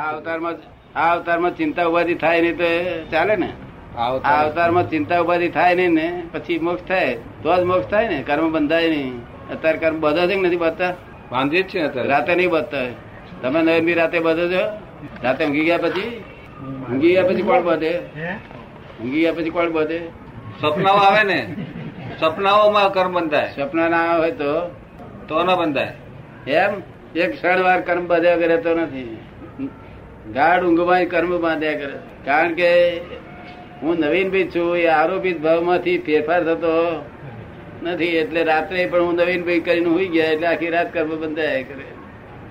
આ અવતારમાં આ અવતારમાં ચિંતા ઉપાધિ થાય નહીં તો ચાલે ને આ અવતારમાં ચિંતા ઉપાધિ થાય નહીં ને પછી મોક્ષ થાય તો જ મોક્ષ થાય ને કર્મ બંધાય નહીં અત્યારે કર્મ બધા છે કે નથી બધા બાંધીએ જ છે અત્યારે રાતે નહીં બધતા તમે નવમી રાતે બધો છો રાતે ઊંઘી ગયા પછી ઊંઘી ગયા પછી કોણ બધે ઊંઘી ગયા પછી કોણ બધે સપનાઓ આવે ને સપનાઓમાં કર્મ બંધાય સપના ના હોય તો તો ન બંધાય એમ એક ક્ષણ વાર કર્મ બાંધ્યા કરે તો નથી ગાઢ ઊંઘમાં ય કર્મ બાંધ્યા કરે કારણ કે હું નવીન બી છું એ આરોપિત ભાવમાંથી ફેરફાર થતો નથી એટલે રાત્રે પણ હું નવીન ભાઈ કરીને હોઈ ગયા એટલે આખી રાત કર્મ બંધાયા કરે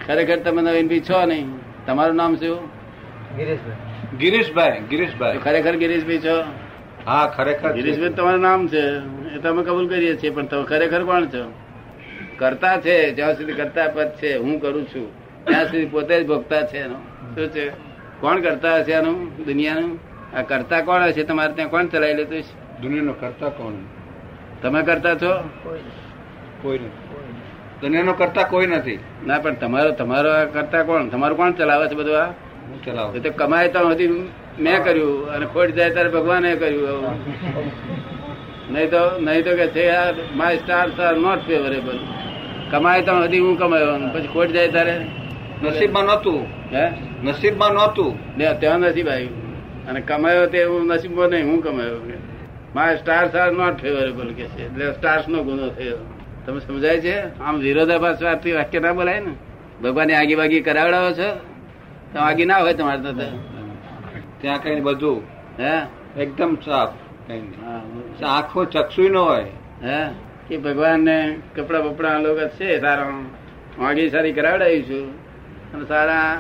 ખરેખર તમે નવીન ભાઈ છો નહીં તમારું નામ શું ગિરીશભાઈ ગિરીશભાઈ ખરેખર ગિરીશભાઈ છો હા ખરેખર છે. ગિરીશભાઈ તમારું નામ છે એ તમે કબૂલ કરીએ છીએ પણ તમે ખરેખર કોણ છો કરતા છે જ્યાં સુધી કરતા પદ છે હું કરું છું ત્યાં સુધી પોતે જ ભોગતા છે એનો શું છે કોણ કરતા હશે આનું દુનિયાનું આ કરતા કોણ હશે તમારે ત્યાં કોણ ચલાવી લેતું હશે દુનિયાનો કરતા કોણ તમે કરતા છો કોઈ નથી દુનિયાનો કરતા કોઈ નથી ના પણ તમારો તમારો આ કરતા કોણ તમારું કોણ ચલાવે છે બધું આ હું ચલાવું એ તો કમાય તો સુધી મેં કર્યું અને ખોટ જાય ત્યારે ભગવાને કર્યું આવું. નહીં તો નહીં તો કે છે my stars are not favourable કમાય તો સુધી હું કમાયો અને પછી ખોટ જાય ત્યારે નસીબમાં નહોતું હે નસીબમાં નહોતું ને ત્યાં નથી ભાઈ અને કમાયો તે હું નસીબમાં નહીં હું કમાયો કે my stars are not favourable કે છે એટલે સ્ટાર્સ નો ગુનો થયો તમે સમજાય છે આમ વિરોધાભાસ વાતથી વાક્ય ના બોલાય ને ભગવાનની આગી વાગી કરાવડાવો છો તો આગી ના હોય તમારે તો તે. ત્યાં કઈ બધું હે એકદમ સાફ કઈ નહીં. હા આંખો ચક્ષુય ન હોય હે કે ભગવાનને કપડા બપડા લોકો છે સારા માગી સારી કરાવડાવીશું અને સારા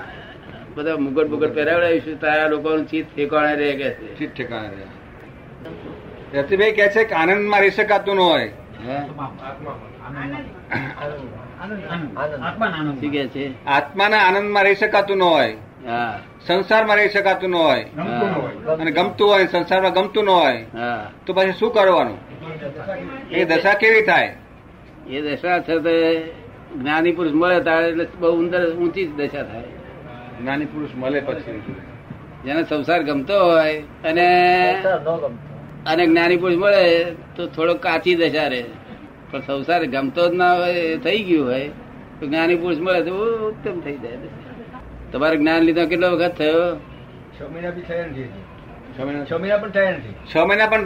બધા મુગટ બુગટ પહેરાવડાવીશું તારા લોકોનું ચીજ ઠેકાણે રહે કે છે ઠીક ઠેકાણે રહ્યા રતિભાઈ કહે છે કે આનંદમાં રહી શકાતું ન હોય હે? શું કે છે આત્માના આનંદમાં રહી શકાતું ન હોય હા સંસારમાં રહી શકાતું ન હોય અને ગમતું હોય સંસારમાં ગમતું ન હોય હા તો પછી શું કરવાનું એ દશા કેવી થાય એ દશા છે તે જ્ઞાની પુરુષ મળે તારે એટલે બહુ ઉંદર ઊંચી જ દશા થાય જ્ઞાની પુરુષ મળે પછી જેને સંસાર ગમતો હોય અને અને જ્ઞાની પુરુષ મળે તો થોડો કાચી દશા રહે પણ સંસાર ગમતો જ ના હોય એ થઈ ગયું હોય તો જ્ઞાની પુરુષ મળે તો ઉત્તમ થઈ જાય દશા. તમારે જ્ઞાન લીધો કેટલો વખત થયો છ મહિના છ મહિના પણ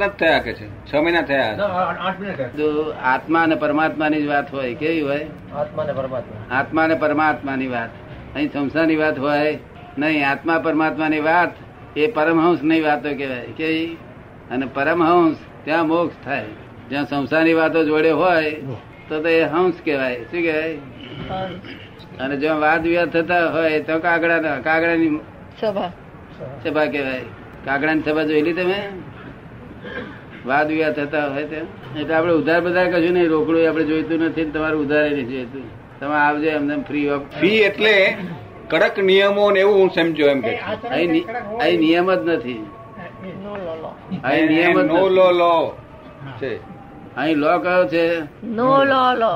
નથી થયા કે છે છ મહિના થયા તો આત્મા અને પરમાત્માની જ વાત હોય કેવી હોય આત્મા અને પરમાત્માની વાત અહીં સંસારની વાત હોય નહીં આત્મા પરમાત્માની વાત એ પરમહંસની વાતો કહેવાય કે અને પરમહંસ ત્યાં મોક્ષ થાય જ્યાં સંસારની વાતો જોડે હોય તો તે હંસ કહેવાય શું કહેવાય અને જો વાદ વિવાદ થતા હોય તો કાગડા કાગડાની સભા સભા કહેવાય કાગડાની સભા જોયેલી તમે વાદ વિવાદ થતા હોય તેમ એટલે આપણે ઉધાર બધા કશું નહીં રોકડું આપણે જોઈતું નથી ને તમારું ઉધારે નહીં જોઈતું તમે આવજો એમને ફ્રી ઓફ ફી એટલે કડક નિયમો ને એવું હું સમજો એમ કે છે. અહીં નિ- અહીં નિયમ જ નથી નો લો લો અહીં નિયમ જ નો નથી. લો લો છે અહીં લો કયો છે નો લો લો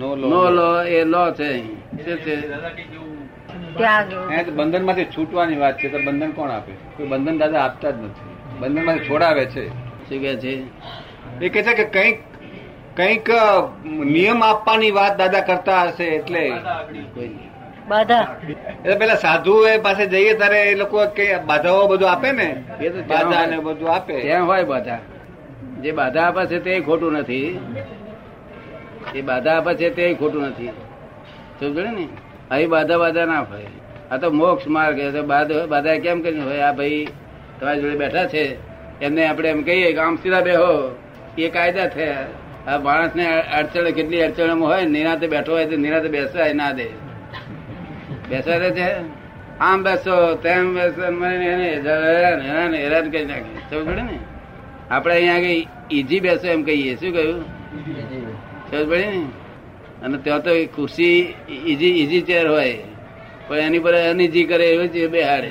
નો લો નો લો એ લો છે અહીં. શું છે ત્યાગ એ તો બંધન માંથી છૂટવાની વાત છે તો બંધન કોણ આપે કોઈ બંધન દાદા આપતા જ નથી બંધન માંથી છોડાવે છે શું કે છે એ કહે છે કે કંઈક કંઈક નિયમ આપવાની વાત દાદા કરતા હશે એટલે કોઈ બાધા એટલે પેલા સાધુ એ પાસે જઈએ ત્યારે એ લોકો કઈ બાધાઓ બધું આપે ને એ તો ત્યાં બાધા હોય. ને બધું આપે ત્યાં હોય બાધા જે બાધા આપે છે તે ખોટું નથી એ બાધા આપે છે તે ખોટું નથી સમજણ ને અહીં બાધા બાધા ના હોય આ તો મોક્ષ માર્ગ છે. તો બાધા બાધા કેમ કરી હોય આ ભાઈ તમારી જોડે બેઠા છે એમને આપણે એમ કહીએ કે આમ સીધા બેહો એ કાયદા છે આ માણસને અડચણ કેટલી અડચણમાં હોય ને નિરાતે બેઠો હોય તો નિરાતે બેસવાય ના દે બેસવા દે છે આમ બેસો તેમ બેસો અને મને એને હેરાન હેરાન હેરાન કરી નાખે સમજ પડે ને આપણે અહીંયા આગળ ઈજી બેસો એમ કહીએ શું કહ્યું સમજ પડે ને અને ત્યાં તો એ ખુરશી ઈજી ઈજી ચેર હોય પણ એની પર અનઈજી કરે એવું જ બેહાડે